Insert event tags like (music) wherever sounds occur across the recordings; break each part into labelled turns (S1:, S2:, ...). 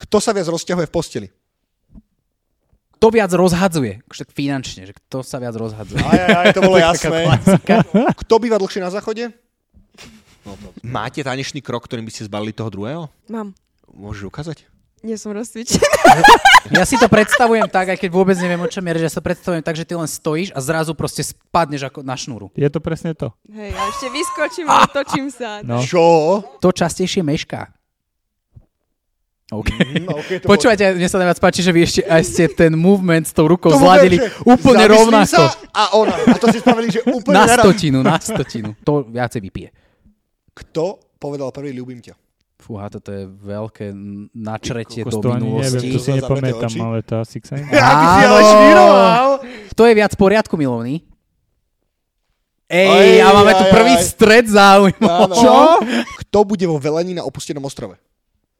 S1: Kto sa viac rozťahuje v posteli?
S2: Kto viac rozhadzuje? Však finančne, že kto sa viac rozhadzuje?
S1: Aj, aj, aj, (laughs) to bolo jasné.
S2: Klasika.
S1: Kto býva dlhšie na záchode? No, Máte tanečný krok, ktorým by ste zbalili toho druhého?
S3: Mám.
S1: Môžeš ukázať?
S3: Nie som rozcvičená.
S2: Ja si to predstavujem tak, aj keď vôbec neviem, o čom je reč, ja si to predstavujem tak, že ty len stojíš a zrazu proste spadneš ako na šnúru.
S4: Je to presne to.
S3: Hej, a ešte vyskočím a točím sa.
S4: No.
S1: Čo?
S2: To častejšie mešká. OK.
S1: No, okay, to
S2: Počúvajte, mne sa najviac páči, že vy ešte aj ste ten movement s tou
S1: bolo-
S2: rukou
S1: to bolo
S2: zvládili
S1: dobre, že
S2: úplne
S1: zamyslím
S2: rovnako.
S1: Sa a ona. A to si spravili, že úplne
S2: Na
S1: naraz.
S2: stotinu, na stotinu. To viacej vypije.
S1: Kto povedal prvý ľúbim ťa?
S2: Fúha, toto je veľké n- načretie
S4: Kokos,
S2: do
S4: to ani neviem, to
S2: minulosti.
S4: si
S1: Za zavrté
S4: nepamätám,
S1: oči.
S4: ale to asi
S2: (laughs)
S4: sa
S1: Ja by si ale
S2: Áno.
S1: švíroval.
S2: Kto je viac v poriadku, milovný?
S1: Ej,
S2: Ej, a máme tu
S1: aj,
S2: prvý
S1: aj.
S2: stred záujmov. (laughs)
S1: Áno. Kto bude vo velení na opustenom ostrove?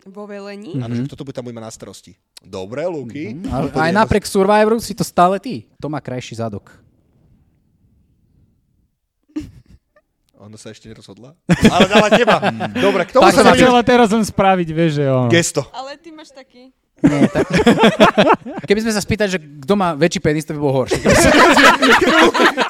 S3: Vo velení?
S1: Áno, že kto to bude tam bude mať na starosti? Dobre, Luky.
S2: Mhm. Ale
S1: Úplne
S2: aj
S1: jedno-
S2: napriek Survivoru si to stále ty. To má krajší zadok.
S1: Ona sa ešte nerozhodla. Ale dala teba. Dobre, k tomu
S2: Mhm.
S1: sa
S2: Tak sa
S1: vrátim.
S4: Chcela teraz len spraviť, vieš, že no. ono.
S1: Gesto.
S3: Ale ty máš taký.
S2: Nie, tak... (laughs) Keby sme sa spýtali, že kto má väčší penis, to by bolo horšie.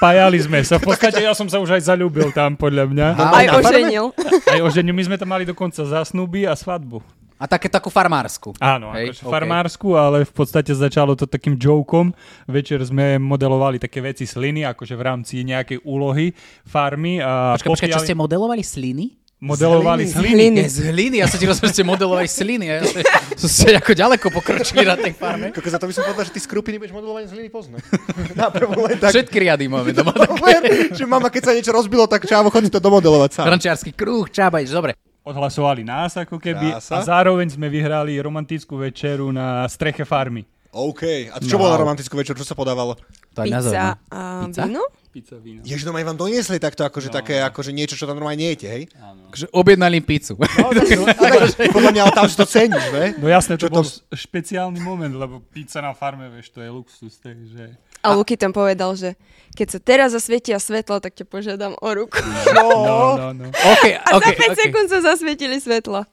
S4: Pájali sme sa. V podstate ja som sa už aj zalúbil tam, podľa mňa.
S3: Aj
S2: A,
S3: oženil.
S4: Aj oženiu, my sme tam mali dokonca zásnuby a svadbu.
S2: a také takú farmársku.
S4: Áno,
S2: Hej,
S4: akože
S2: okej.
S4: farmársku, ale v podstate začalo to takým jokom. Večer sme modelovali také veci sliny, akože v rámci nejakej úlohy farmy. A
S2: Počkaj, počkaj, čo
S4: popiali-
S2: ste modelovali sliny?
S4: modelovali sliny?
S2: Hliny. Z hliny, ja som ti rozumel, že ste modelovali sliny. Ja som- (laughs) som ste ako ďaleko pokročili na tej farme.
S1: Koko, za to by som povedal, že ty skrupy nebudeš modelovanie z hliny poznať. (laughs) Na prvú len tak.
S2: Všetky riady máme doma.
S1: Dobre, že mama, keď sa niečo rozbilo, tak čávo, chodí to domodelovať sám.
S2: Rančiarsky kruh, čábajš, dobre.
S4: Odhlasovali nás ako keby
S1: Krása.
S4: a zároveň sme vyhrali romantickú večeru na streche farmy.
S1: OK. A čo bolo na romantickú večer? Čo sa podávalo?
S2: To aj
S3: Pizza
S2: nazveme.
S3: a
S2: Pizza?
S3: víno?
S4: Pizza, víno.
S1: Ježiš, no aj vám doniesli takto, akože také, akože niečo, čo tam normálne nejete, hej?
S2: Takže objednali im pizzu. (laughs)
S1: Ale podľa mňa, ale tam si to ceníš, ne?
S4: No jasné, to
S1: Čo
S4: bol
S1: to-
S4: s- špeciálny moment, lebo pizza na farme, vieš, to je luxus, takže...
S3: A Luky tam povedal, že keď sa teraz zasvietia svetla, tak ťa požiadam o ruku.
S1: Mm.
S3: Oh.
S4: No, no, no.
S2: OK,
S3: (laughs) A
S2: OK,
S3: za 5
S2: OK.
S3: sekúnd sa zasvietili svetla.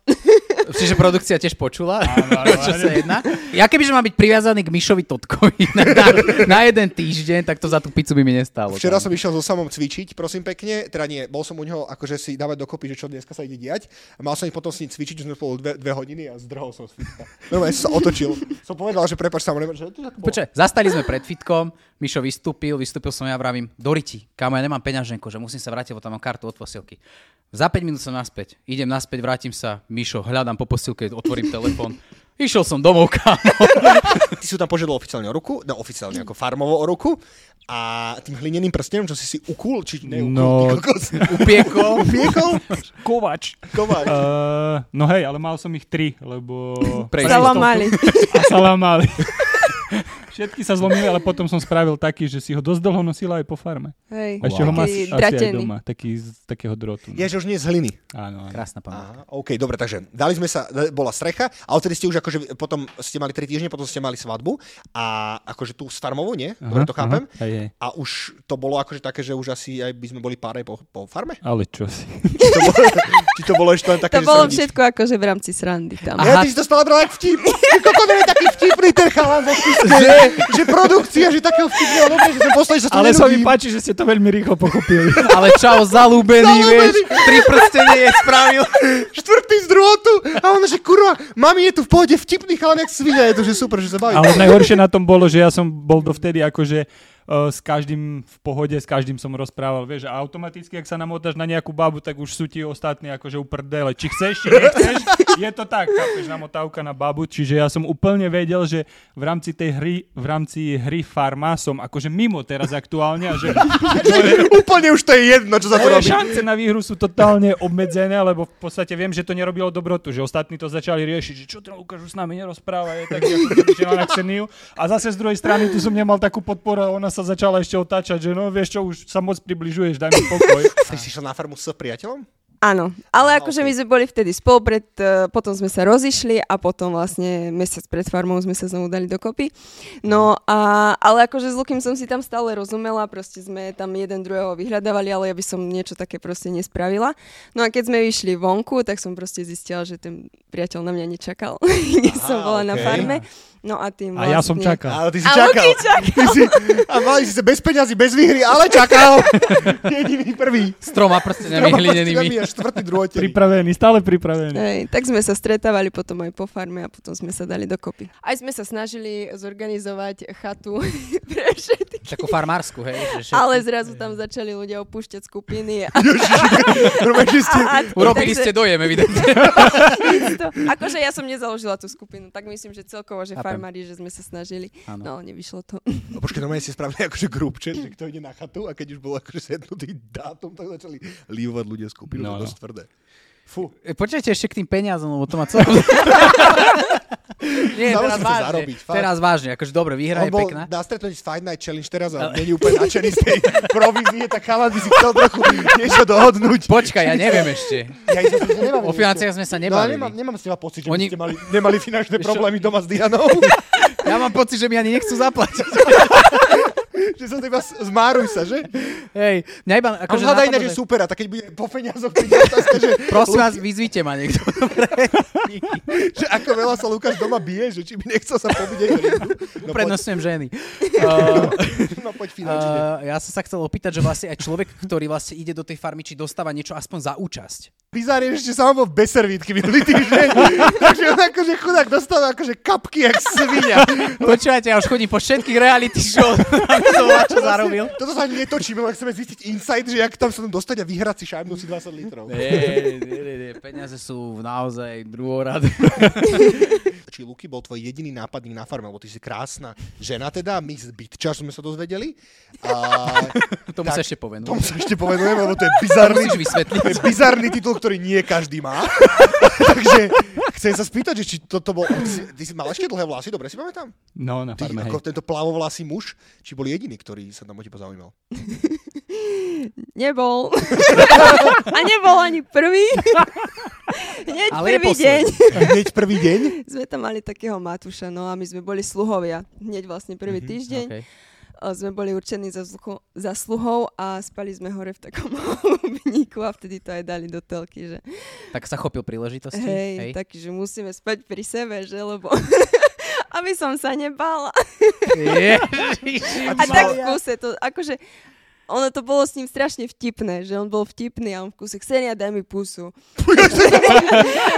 S2: Čiže produkcia tiež počula,
S4: Áno, áno,
S2: o (laughs) čo
S4: áno.
S2: sa jedná. Ja kebyže mám byť priviazaný k Mišovi Totkovi (laughs) na, na, na jeden týždeň, tak to za tú pizzu by mi nestálo.
S1: Včera som išiel so samom cvičiť, prosím pekne, teda nie, bol som u neho akože si dávať dokopy, že čo dneska sa ide diať. A mal som ich potom s ním cvičiť, už sme spolu dve, dve hodiny a zdrhol som z fitka. Normálne som sa otočil. Som povedal, že prepač sa že to tak bolo.
S2: Počkaj, zastali sme pred fitkom, Mišo vystúpil, vystúpil som ja, vravím, Doriti, kámo, ja nemám peňaženku, že musím sa vrátiť, lebo tam mám kartu od posielky. Za 5 minút som naspäť, idem naspäť, vrátim sa, Mišo, hľadám po posilke, otvorím telefón. Išiel som domov, kámo.
S1: Ty si ju tam požiadal oficiálne o ruku, no oficiálne ako farmovo o ruku a tým hlineným prstenom, čo si si ukul, či neukul,
S4: No.
S1: ty kokos. (laughs)
S2: Upiekol.
S1: Upiekol?
S4: Kovač.
S1: Kováč.
S4: Uh, no hej, ale mal som ich tri, lebo...
S2: Prejsť.
S3: (laughs)
S4: Prejsť
S3: Sala mali.
S4: to- A salamali. Všetky sa zlomili, ale potom som spravil taký, že si ho dosť dlho nosila aj po farme.
S3: Hej.
S4: A ešte ho má
S3: Taký
S4: asi aj
S3: dratený.
S4: doma, taký z takého drotu. no.
S1: Ja, že už nie z hliny.
S4: Áno, áno.
S2: Krásna pamäť.
S1: Aha, OK, dobre, takže dali sme sa, bola strecha a odtedy ste už akože, potom ste mali 3 týždne, potom ste mali svadbu a akože tú s farmovou, nie? Dobre, to chápem.
S4: Aha, aj, aj.
S1: A už to bolo akože také, že už asi aj by sme boli pár aj po, po farme? (laughs)
S4: Ale čo si.
S1: Či to bolo, či to bolo ešte len také,
S3: To
S1: že
S3: bolo
S1: sa vidíš?
S3: všetko akože v rámci srandy tam.
S1: Ja, ty si to stále bral jak vtip. Ako to nie je taký vtipný ten chalán vo vtipe, že, že produkcia, že takého vtipného dobre, že som poslali, že sa to
S4: Ale sa mi
S1: nenudí.
S4: páči, že ste to veľmi rýchlo pochopili.
S3: (laughs)
S2: Ale čau, zalúbený, vieš, tri prstenie je spravil.
S1: Štvrtý z drôtu a ona, že kurva, mami je tu v pohode vtipný chalán jak svinia, je to, že super, že sa baví.
S4: Ale najhoršie na tom bolo, že ja som bol dovtedy akože uh, s každým v pohode, s každým som rozprával, vieš, a automaticky, ak sa namotáš na nejakú babu, tak už sú ti ostatní akože uprdele. Či chceš, či nechceš, je to tak, chápeš, namotávka na babu, čiže ja som úplne vedel, že v rámci tej hry, v rámci hry Farma som akože mimo teraz aktuálne a že
S1: Úplne už to je jedno, čo sa to
S4: moje
S1: robí.
S4: šance na výhru sú totálne obmedzené, lebo v podstate viem, že to nerobilo dobrotu, že ostatní to začali riešiť, že čo ten Lukáš už s nami nerozpráva, je taký ako keby, že na Xeniu. A zase z druhej strany tu som nemal takú podporu a ona sa začala ešte otáčať, že no vieš čo, už sa moc približuješ, daj mi pokoj.
S1: Ty si išiel na farmu s priateľom?
S3: Áno, ale
S1: Aha, ok.
S3: akože my sme boli vtedy spolu, pred, eh, potom sme sa rozišli a potom vlastne mesiac pred farmou sme sa znovu dali dokopy.
S1: Mhm.
S3: No a, ale akože s Lukým som si tam stále rozumela, proste sme tam jeden druhého vyhľadávali, ale ja by som niečo také proste nespravila. No a keď sme vyšli vonku, tak som proste zistila, že ten priateľ na mňa nečakal, (laughs) keď som bola na
S1: ok.
S3: farme. No a tým
S4: A ja som
S3: vlastne-
S4: čakal.
S1: Ale ty si
S3: A
S1: čakal.
S3: Luky čakal.
S1: Ty si, a mali si sa bez peňazí, bez výhry, ale čakal. Jediný prvý.
S2: S troma prstenami hlinenými.
S1: A štvrtý druhotiny.
S4: Pripravený, stále pripravený.
S3: Hej, tak sme sa stretávali potom aj po farme a potom sme sa dali dokopy. Aj sme sa snažili zorganizovať chatu (laughs) pre všetkých.
S2: Takú farmársku, hej. Že všetko.
S3: Ale zrazu tam začali ľudia opúšťať
S2: (laughs)
S3: skupiny. A,
S1: Normálne, že ste...
S3: a, a,
S2: Urobili
S3: takže
S2: ste dojem, evidentne. (laughs)
S3: to, akože ja som nezaložila tú skupinu, tak myslím, že celkovo, že
S2: Chápem.
S3: farmári, že sme sa snažili.
S2: Áno.
S3: No, nevyšlo to. (laughs)
S1: No počkaj, normálne ste spravili (laughs) akože group chat, že kto ide na chatu a keď už bolo akože sednutý dátum, tak začali lívovať ľudia skupinu,
S2: No,
S1: no, to
S2: no.
S1: je dosť tvrdé. Fú,
S2: E, Počkajte ešte k tým peniazom, lebo to má
S1: (laughs)
S2: celkom... Nie,
S1: Znovu
S2: teraz
S1: som to
S2: vážne,
S1: zarobiť, fakt.
S2: teraz vážne, akože dobre, výhra
S1: on
S2: je No.
S1: bol
S2: pekná.
S1: na stretnutí s Fight Night Challenge teraz a není úplne nadšený z
S2: (laughs)
S1: tej provízie, tak chala by si chcel trochu niečo dohodnúť.
S2: Počkaj, ja neviem ešte.
S1: Ja ich zase nemám
S2: O financiách sme
S1: No
S2: sa
S1: ale
S2: nebavili.
S1: nemám, nemám s teba pocit, že
S2: Oni-
S1: Oni... ste mali, nemali finančné
S2: (laughs) Vieš čo?
S1: problémy doma s
S2: (laughs)
S1: Dianou,
S2: Ja mám pocit, že mi ani nechcú zaplatiť.
S1: (laughs) že sa teba s- zmáruj sa, že?
S2: Hej, mňa iba...
S1: A on
S2: Akože
S1: hľadá
S2: napadlo,
S1: ináč, že
S2: že-
S1: supera, tak keď bude po peniazoch príde otázka, že,
S2: Prosím vás, vyzvite ma niekto.
S1: No, (laughs) že ako veľa sa Lukáš doma bije, že či by nechcel sa pobiť. aj Rindu. No, poď,
S2: Prednostňujem ženy. Uh,
S1: no poď finančne.
S2: uh, ja som sa chcel opýtať, že vlastne aj človek, ktorý vlastne ide do tej farmy, či dostáva niečo aspoň za účasť.
S1: Bizar je, že ešte sám bol bez servítky minulý týždeň, (laughs) takže on akože chudák dostal akože kapky jak svinia.
S2: Počúvajte, ja už chodím po všetkých reality show, (laughs) aby som volal, čo zarobil.
S1: Toto sa ani netočíme, len chceme zistiť insight, že jak tam sa tam dostať a vyhrať si šajbnú si 20 litrov.
S2: Nie, nie, nie, nie, peniaze sú naozaj druhorad.
S1: Či Luky bol tvoj jediný nápadník na farme, lebo ty si krásna žena teda, my z Bytča sme sa dozvedeli. A (laughs)
S2: Tomu
S1: Tak,
S2: sa ešte povenujem.
S1: tomu sa ešte povedujem, lebo to je bizarný,
S2: Musíš vysvetliť.
S1: to je bizarný titul, ktorý nie každý má. (laughs) Takže chcem sa spýtať, že či toto bol... Ty si, ty si mal ešte dlhé vlasy, dobre si pamätám?
S4: No, na
S1: Ty,
S4: farme, hej.
S1: ako tento plavovlasý muž, či bol jediný, ktorý sa tam o teba zaujímal?
S2: (laughs)
S3: Nebol. a nebol ani prvý. Hneď
S2: Ale je
S3: prvý
S2: posledný.
S3: deň. (laughs)
S1: Hneď prvý deň?
S3: Sme tam mali takého Matúša, no a my sme boli sluhovia. Hneď vlastne prvý
S2: Mhm,
S3: týždeň.
S2: Okay.
S3: A sme boli určení za, slucho, za sluhov a spali sme hore v takom (laughs) holubníku a vtedy to aj dali do telky, že
S2: Tak sa chopil príležitosti.
S3: hej,
S2: Hej,
S3: tak, že musíme spať pri sebe, že lebo... (laughs) aby som sa nebala.
S2: Ježiši.
S3: A tak v kuse to, akože... Ono to bolo s ním strašne vtipné, že on bol vtipný a on v kuse, Ksenia, daj mi
S1: (laughs)
S3: pusu.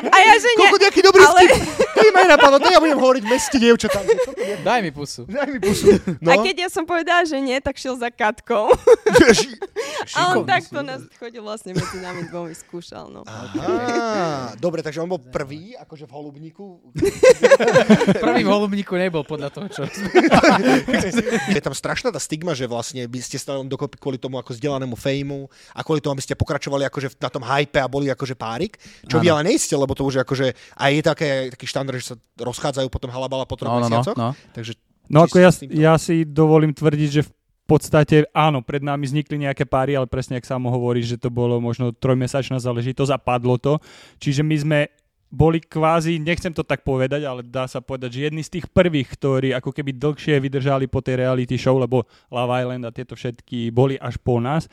S3: a ja, že nie,
S1: Koľko nejaký dobrý
S3: ale...
S1: vtip? Ty ma napadlo, to ja budem hovoriť v meste dievčatám. že koľko nejaký-
S2: Daj mi pusu.
S1: Daj mi pusu. No,
S3: A keď ja som povedala, že nie, tak šiel za Katkou.
S1: (laughs) Ježi-
S3: A on
S2: Šikovný
S3: takto
S2: si.
S3: nás chodil vlastne medzi nami dvomi, skúšal, no.
S1: Aha, dobre, takže on bol prvý, akože v holubníku.
S2: Prvý v holubníku nebol podľa toho, čo...
S1: Je tam strašná tá stigma, že vlastne by ste stali len dokopy kvôli tomu ako vzdelanému fejmu a kvôli tomu, aby ste pokračovali akože v- na tom hype a boli akože párik, čo vy
S2: Áno.
S1: ale nejste, lebo to už je akože aj je také, taký štandard, že sa rozchádzajú potom halabala po troch
S2: No, no, no,
S1: mesiacoch.
S2: no.
S1: Takže
S4: No
S1: Čiže
S4: ako ja,
S1: s týmto-
S4: ja si dovolím tvrdiť, že v podstate áno, pred nami vznikli nejaké páry, ale presne ak sám hovorí, že to bolo možno trojmesačná záležitosť a padlo to. Čiže my sme boli kvázi, nechcem to tak povedať, ale dá sa povedať, že jedni z tých prvých, ktorí ako keby dlhšie vydržali po tej reality show, lebo Love Island a tieto všetky boli až po nás.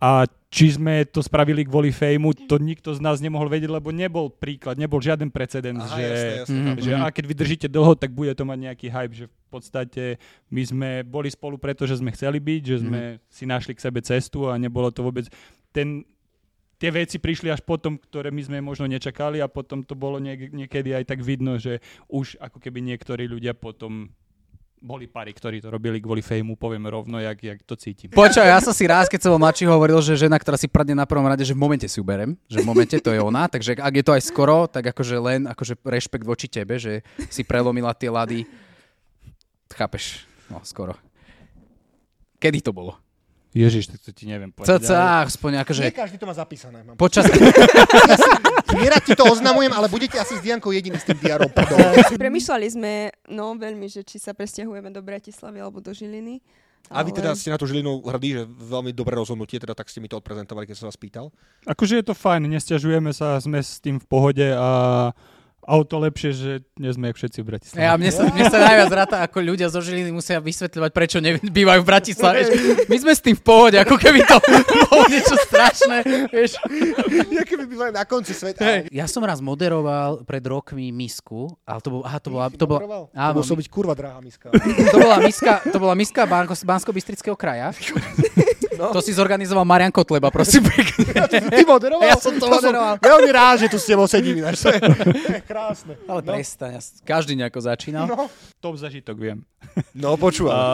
S4: A či sme to spravili kvôli fejmu, to nikto z nás nemohol vedieť, lebo nebol príklad, nebol žiaden precedens,
S1: Aha,
S4: že,
S1: jasné, jasné,
S2: Mhm.
S1: chápem.
S4: že a keď vydržíte dlho, tak bude to mať nejaký hype, že v podstate my sme boli spolu preto, že sme chceli byť, že sme si našli k sebe cestu a nebolo to vôbec ten tie veci prišli až potom, ktoré my sme možno nečakali a potom to bolo niek- niekedy aj tak vidno, že už ako keby niektorí ľudia potom boli pary, ktorí to robili kvôli fejmu, poviem rovno, jak, jak to cítim.
S2: Počkaj, ja som si raz, keď som bol mladší, hovoril, že žena, ktorá si pradne na prvom rade, že v momente si uberem, že v momente to je ona, takže ak je to aj skoro, tak akože len akože rešpekt voči tebe, že si prelomila tie lady. Chápeš? No, skoro. Kedy to bolo?
S4: Ježiš, tak to ti neviem povedať.
S2: Cca, aspoň
S1: Nie
S2: akože
S1: každý to má zapísané. Mám.
S2: počas... (laughs)
S1: Nerad ti to oznamujem, ale budete asi s Diankou jediný s tým diarom. pardon.
S3: Premýšľali sme, no veľmi, že či sa presťahujeme do Bratislavy alebo do Žiliny.
S1: A vy teda ste na tú Žilinu hrdí, že veľmi dobré rozhodnutie, teda tak ste mi to odprezentovali, keď som vás (laughs) pýtal.
S4: Akože je to fajn, nestiažujeme sa, sme s tým v pohode a auto lepšie, že nie sme jak všetci v Bratislave.
S2: Ja, mne, sa, mne sa najviac ráta, ako ľudia zo Žiliny musia vysvetľovať, prečo nebývajú v Bratislave. Vieš, my sme s tým v pohode, ako keby to (laughs) bolo niečo strašné. Vieš.
S1: Ja keby bývali na konci sveta.
S2: Ja som raz moderoval pred rokmi misku, ale to bol, aha, to bola, to bola,
S1: Áno.
S2: áno,
S1: Musel byť kurva drahá miska.
S2: (laughs) to bola miska, to bola miska Banko, Bansko-Bystrického kraja.
S1: No.
S2: (laughs) No. To si zorganizoval Marian Kotleba, prosím pekne.
S1: Ty moderoval?
S2: Ja som to moderoval.
S1: Som veľmi rád, že tu s tebou sedím. Ináč. To je, to je krásne.
S2: Ale prestaň, ja s- každý nejako začínal. No.
S4: Top zažitok, viem.
S1: No počúvam.
S4: A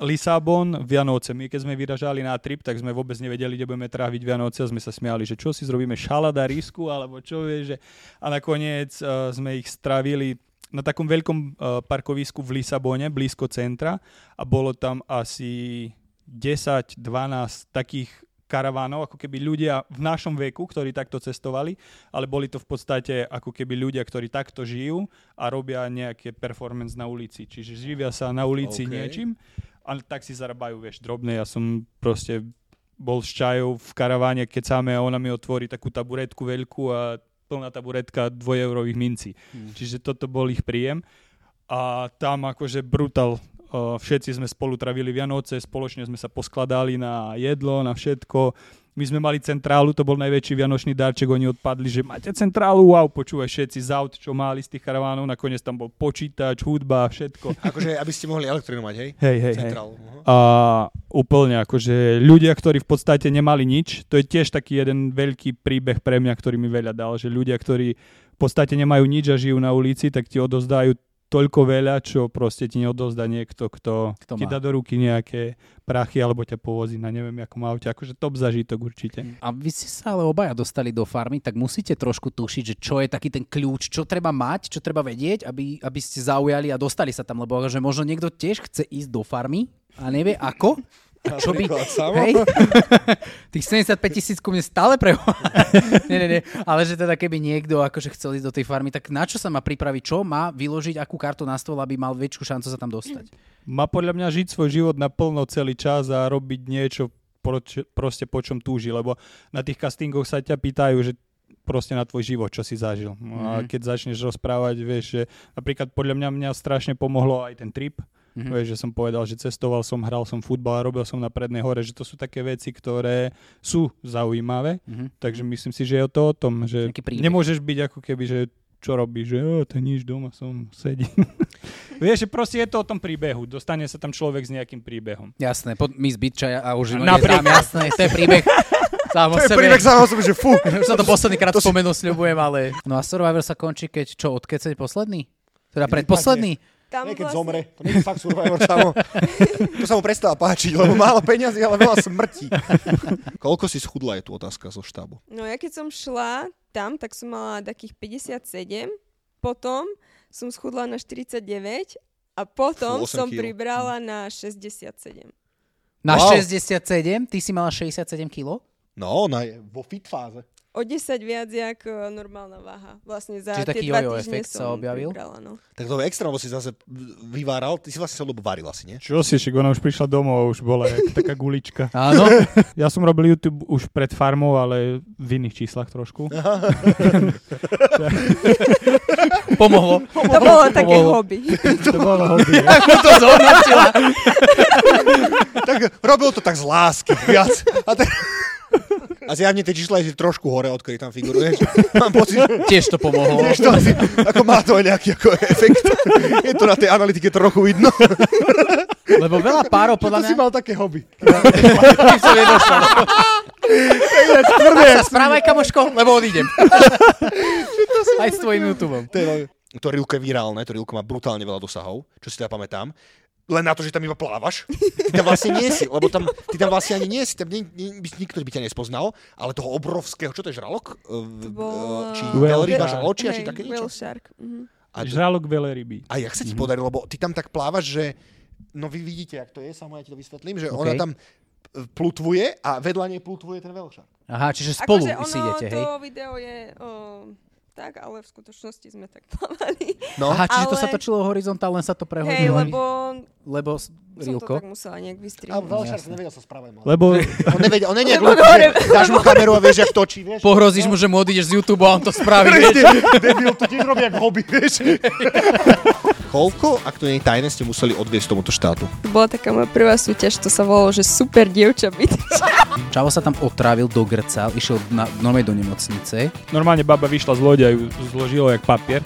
S4: Lisabon, Vianoce. My keď sme vyražali na trip, tak sme vôbec nevedeli, kde budeme tráviť Vianoce a sme sa smiali, že čo si zrobíme, šalada, risku alebo čo vieš. Že... A nakoniec uh, sme ich strávili na takom veľkom uh, parkovisku v Lisabone, blízko centra a bolo tam asi 10-12 takých karavánov, ako keby ľudia v našom veku, ktorí takto cestovali, ale boli to v podstate ako keby ľudia, ktorí takto žijú a robia nejaké performance na ulici. Čiže živia sa na
S1: OK.
S4: ulici okay. niečím, ale tak si zarábajú, vieš, drobné. Ja som proste bol s čajou v karaváne, keď sáme a ona mi otvorí takú taburetku veľkú a plná taburetka dvojeurových mincí. Hmm. Čiže toto bol ich príjem. A tam akože brutál. Uh, Všetci sme spolu travili Vianoce, spoločne sme sa poskladali na jedlo, na všetko. My sme mali centrálu, to bol najväčší vianočný darček, oni odpadli, že máte centrálu, wow, počúvaj všetci z aut, čo mali z tých karavánov, nakoniec tam bol počítač, hudba, všetko.
S1: Akože, aby ste mohli elektrínu mať, hej?
S4: Hej, hej, hej.
S1: Centrálu. aha.
S4: A úplne akože ľudia, ktorí v podstate nemali nič, to je tiež taký jeden veľký príbeh pre mňa, ktorý mi veľa dal, že ľudia, ktorí v podstate nemajú nič a žijú na ulici, tak ti odozdajú toľko veľa, čo proste ti neodozdá niekto, kto,
S2: Kto má.
S4: ti dá do ruky nejaké prachy alebo ťa povozí na neviem akom aute. Akože top zažitok určite.
S2: A vy ste sa ale obaja dostali do farmy, tak musíte trošku tušiť, že čo je taký ten kľúč, čo treba mať, čo treba vedieť, aby, aby ste zaujali a dostali sa tam, lebo že možno niekto tiež chce ísť do farmy a nevie ako. A čo by...
S1: Napríklad samo.
S2: Hej? (laughs) Tých 75 tisíc ku mne stále pre... (laughs) nie, nie, nie. Ale že teda keby niekto akože chcel ísť do tej farmy, tak na čo sa má pripraviť? Čo má vyložiť, akú kartu na stôl, aby mal väčšiu šancu sa tam dostať?
S4: Má podľa mňa žiť svoj život naplno celý čas a robiť niečo, proč, proste po čom túži, lebo na tých castingoch sa ťa pýtajú, že proste na tvoj život, čo si zažil. No A
S2: Mhm.
S4: keď začneš rozprávať, vieš, že napríklad podľa mňa mňa strašne pomohlo aj ten trip,
S2: Mhm.
S4: mm-hmm. vieš, že som povedal, že cestoval som, hral som futbal a robil som na prednej hore, že to sú také veci, ktoré sú zaujímavé,
S2: Mhm.
S4: takže myslím si, že je to o tom, že
S2: Nejaký príbeh.
S4: nemôžeš byť ako keby, že čo robíš, že "Ó, to je nič, doma som, sedím. Vieš, že proste je to o tom príbehu. Dostane sa tam človek s nejakým príbehom.
S2: Jasné, pod, my zbytčaja a už
S4: Napríklad.
S2: Napríklad. jasné, to je (laughs) príbeh sám
S1: To
S2: o
S1: je
S2: sebe.
S1: príbeh sám o sebe, že fú.
S2: Už som to posledný krát spomenul, sľubujem, ale... No a Survivor sa končí, keď čo, odkecať posledný? Teda predposledný?
S3: Tam
S1: Nie, keď
S3: vlastne-
S1: zomre. To nie je fakt Survivor samo. To sa mu prestáva páčiť, lebo málo peňazí, ale veľa smrti. Koľko si schudla je tu otázka zo štábu?
S3: No ja keď som šla tam, tak som mala takých 57, potom som schudla na 49 a potom
S1: Fú, osem
S3: som
S1: kilo.
S3: pribrala na 67.
S2: Na
S1: Wow.
S2: 67? Ty si mala 67 kg?
S1: No, ona je vo fit fáze.
S3: O 10 viac jak e, normálna váha. Vlastne za
S2: Čiže
S3: tie
S2: taký
S3: dva
S2: jojo
S3: týždne
S2: efekt sa
S3: som
S2: objavil?
S3: pribrala, no.
S1: Tak to je extra, lebo si zase vyváral. Ty si vlastne sa lebo varila si, nie?
S4: Čo si, však ona už prišla domov a už bola jak taká gulička.
S2: Áno.
S4: Ja som robil YouTube už pred farmou, ale v iných číslach trošku.
S2: (laughs) Pomohlo.
S3: To bolo také
S2: Pomohlo.
S3: hobby.
S4: To bolo hobby. ja.
S2: Ako (laughs) to zhodnotila?
S1: Tak robil to tak z lásky viac. A, te... a zjavne tie čísla je trošku hore, odkedy tam figuruješ. Mám pocit, že
S2: Tiež to pomohlo.
S1: Vieš, to asi, ako má to aj nejaký ako efekt. Je to na tej analytike trochu vidno.
S2: Lebo veľa párov
S1: Podľa
S2: podľa
S1: to si
S2: mňa...
S1: mal také hobby.
S2: Tým som (laughs) nedošla. Tvrdé. Sa správaj, kamoško, lebo odídem. Aj s tvojim YouTube.
S1: To, je, veľmi- to Rilko je virálne, to Rilko má brutálne veľa dosahov, čo si teda pamätám. Len na to, že tam iba plávaš. Ty tam vlastne nie si, lebo tam, ty tam vlastne ani nie si, tam nie, nie, by- nikto by ťa nespoznal, ale toho obrovského, čo to je žralok? Eh, eh,
S3: bol-
S1: Či
S4: Whale
S1: veľryba
S4: shark.
S1: žraločia, či
S3: Hej,
S1: také
S3: Whale
S1: niečo?
S3: shark. Mhm.
S1: A
S4: Žralok veľa ryby.
S1: A jak sa ti podarilo, lebo ty tam tak plávaš, že no vy vidíte, jak to je, samo ja ti to vysvetlím, že okay. ona
S2: Okej.
S1: tam eh, plutvuje a vedľa nej plutvuje ten veľšak.
S2: Aha, čiže spolu
S3: akože
S2: vy si
S3: ono,
S2: idete, hej?
S3: to video je o, tak, ale v skutočnosti sme tak plávali.
S1: No,
S2: Aha, čiže to
S3: Ale-
S2: sa točilo horizontálne, len sa to
S3: Hej,
S2: prehodilo.
S3: lebo
S2: lebo s-
S3: som to
S2: Rilko.
S3: tak musela nejak
S1: a
S3: vystrihnúť.
S1: Valšar sa nevedel sa správať. mal.
S4: Lebo
S1: On nevedel, on je nejak ľudí, že dáš mu kameru a vieš, jak točí, vieš.
S2: Pohrozíš mu, že mu odídeš z YouTube a on to spraví. vieš.
S1: Debil, to tiež robí jak hobby, vieš. Koľko, ak to nie je tajné, ste museli odviesť tomuto štátu?
S3: To no. bola taká moja prvá súťaž, to sa volalo, že super dievča byť.
S2: Čavo sa tam otrávil, dogrcal, išiel na, normálne do nemocnice.
S4: normálne baba vyšla z lode a ju zložilo jak papier.